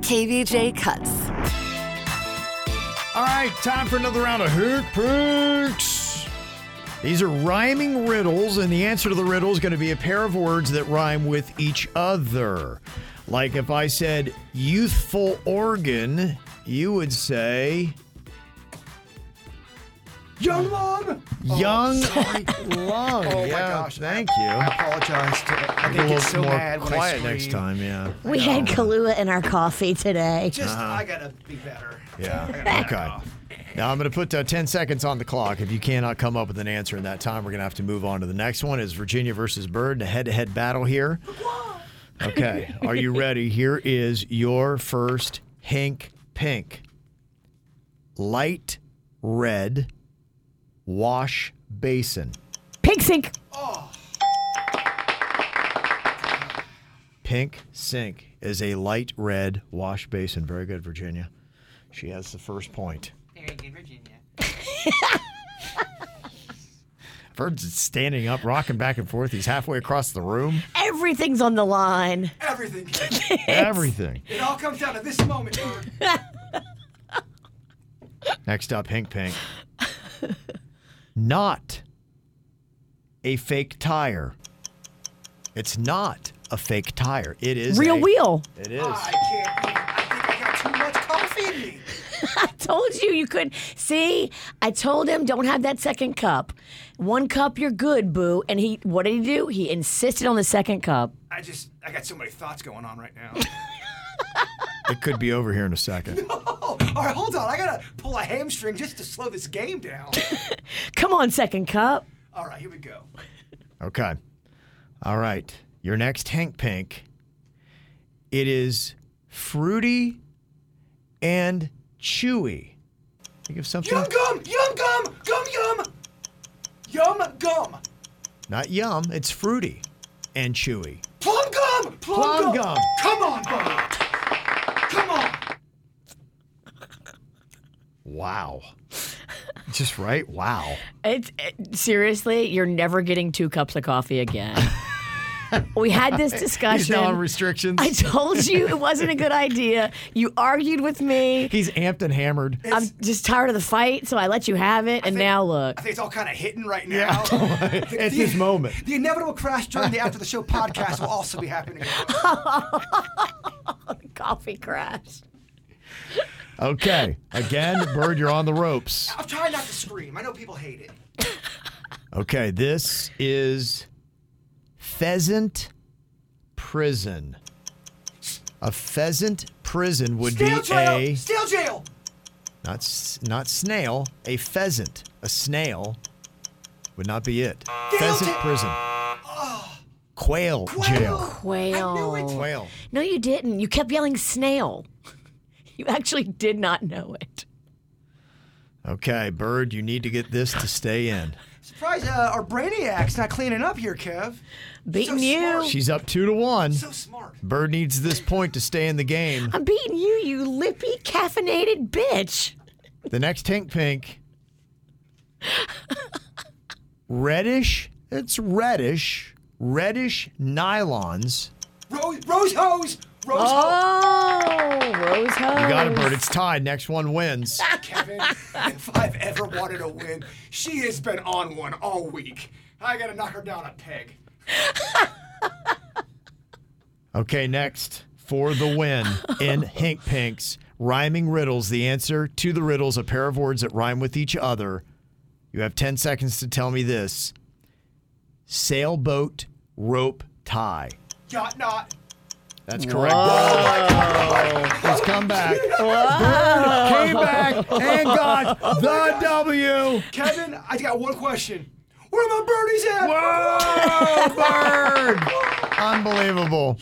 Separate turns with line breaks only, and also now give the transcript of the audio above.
KVJ cuts.
All right, time for another round of Hoot Pooks. These are rhyming riddles, and the answer to the riddle is going to be a pair of words that rhyme with each other. Like if I said youthful organ, you would say
Young lung.
young
Oh
lung.
my
Yeah,
gosh!
Thank
I
you.
apologize. To, I
Be a
think
little
it's so
more
bad when I
quiet next
scream.
time. Yeah.
We had Kahlua in our coffee today.
Just I gotta be better.
Uh-huh. Yeah. Okay. Now I'm going to put uh, 10 seconds on the clock. If you cannot come up with an answer in that time, we're going to have to move on to the next one. Is Virginia versus Bird a head-to-head battle here? Okay. Are you ready? Here is your first Hank Pink. Light red wash basin.
Pink sink.
oh,
Pink sink is a light red wash basin. Very good, Virginia. She has the first point.
Very good, Virginia.
Bird's standing up, rocking back and forth. He's halfway across the room.
Everything's on the line.
Everything.
Everything.
It all comes down to this moment.
Next up, Hink Pink. not a fake tire. It's not a fake tire. It is
Real
a-
wheel.
It is.
I can't. even- I think I got too much coffee in me.
Told you you couldn't. See, I told him don't have that second cup. One cup, you're good, boo. And he, what did he do? He insisted on the second cup.
I just. I got so many thoughts going on right now.
It could be over here in a second.
Oh, all right, hold on. I gotta pull a hamstring just to slow this game down.
Come on, second cup.
All right, here we go.
Okay. All right. Your next Hank Pink. It is fruity and chewy. Think of something.
Yum gum. Yum gum. Gum yum. Yum gum.
Not yum. It's fruity and chewy.
Plum gum. Plum,
Plum gum.
Come on, buddy. Come on.
Wow. Just right. Wow.
It's it- seriously, you're never getting two cups of coffee again. we had this
He's
discussion.
now on restrictions.
I told you it wasn't a good idea. You argued with me.
He's amped and hammered.
I'm just tired of the fight, so I let you have it. And now look.
I think it's all kind of hitting right now.
At this moment.
The inevitable crash during the after the show podcast will also be happening.
coffee crash.
Okay. Again, Bird, you're on the ropes.
I'm trying not to scream. I know people hate it.
Okay. This is pheasant prison. A pheasant prison would
Steel
be
jail.
a
Steel jail.
not s- not snail, a pheasant. A snail would not be it. Pheasant
jail.
prison. Quail jail.
Quail.
I knew it.
Quail.
No, you didn't. You kept yelling snail. You actually did not know it.
Okay, Bird, you need to get this to stay in.
Surprise! Uh, our brainiac's not cleaning up here, Kev.
Beating
So
you.
smart.
She's up two to one.
So smart.
Bird needs this point to stay in the game.
I'm beating you, you lippy caffeinated bitch.
The next Tink Pink. reddish. It's reddish. Reddish nylons.
Rose, rose hose. Rose hose.
Oh, Rose
You got it, Bird. It's tied. Next one wins.
Kevin, if I've ever wanted a win, she has been on one all week. I gotta knock her down a peg.
Okay, next. for the win in Hink Pinks. Rhyming riddles. The answer to the riddles, a pair of words that rhyme with each other. You have 10 seconds to tell me this sailboat rope tie.
Yacht knot.
That's correct. Let's come back. Bird came back and got the W.
Kevin, I got one question. Where are my birdies at?
Whoa, Bird! Unbelievable.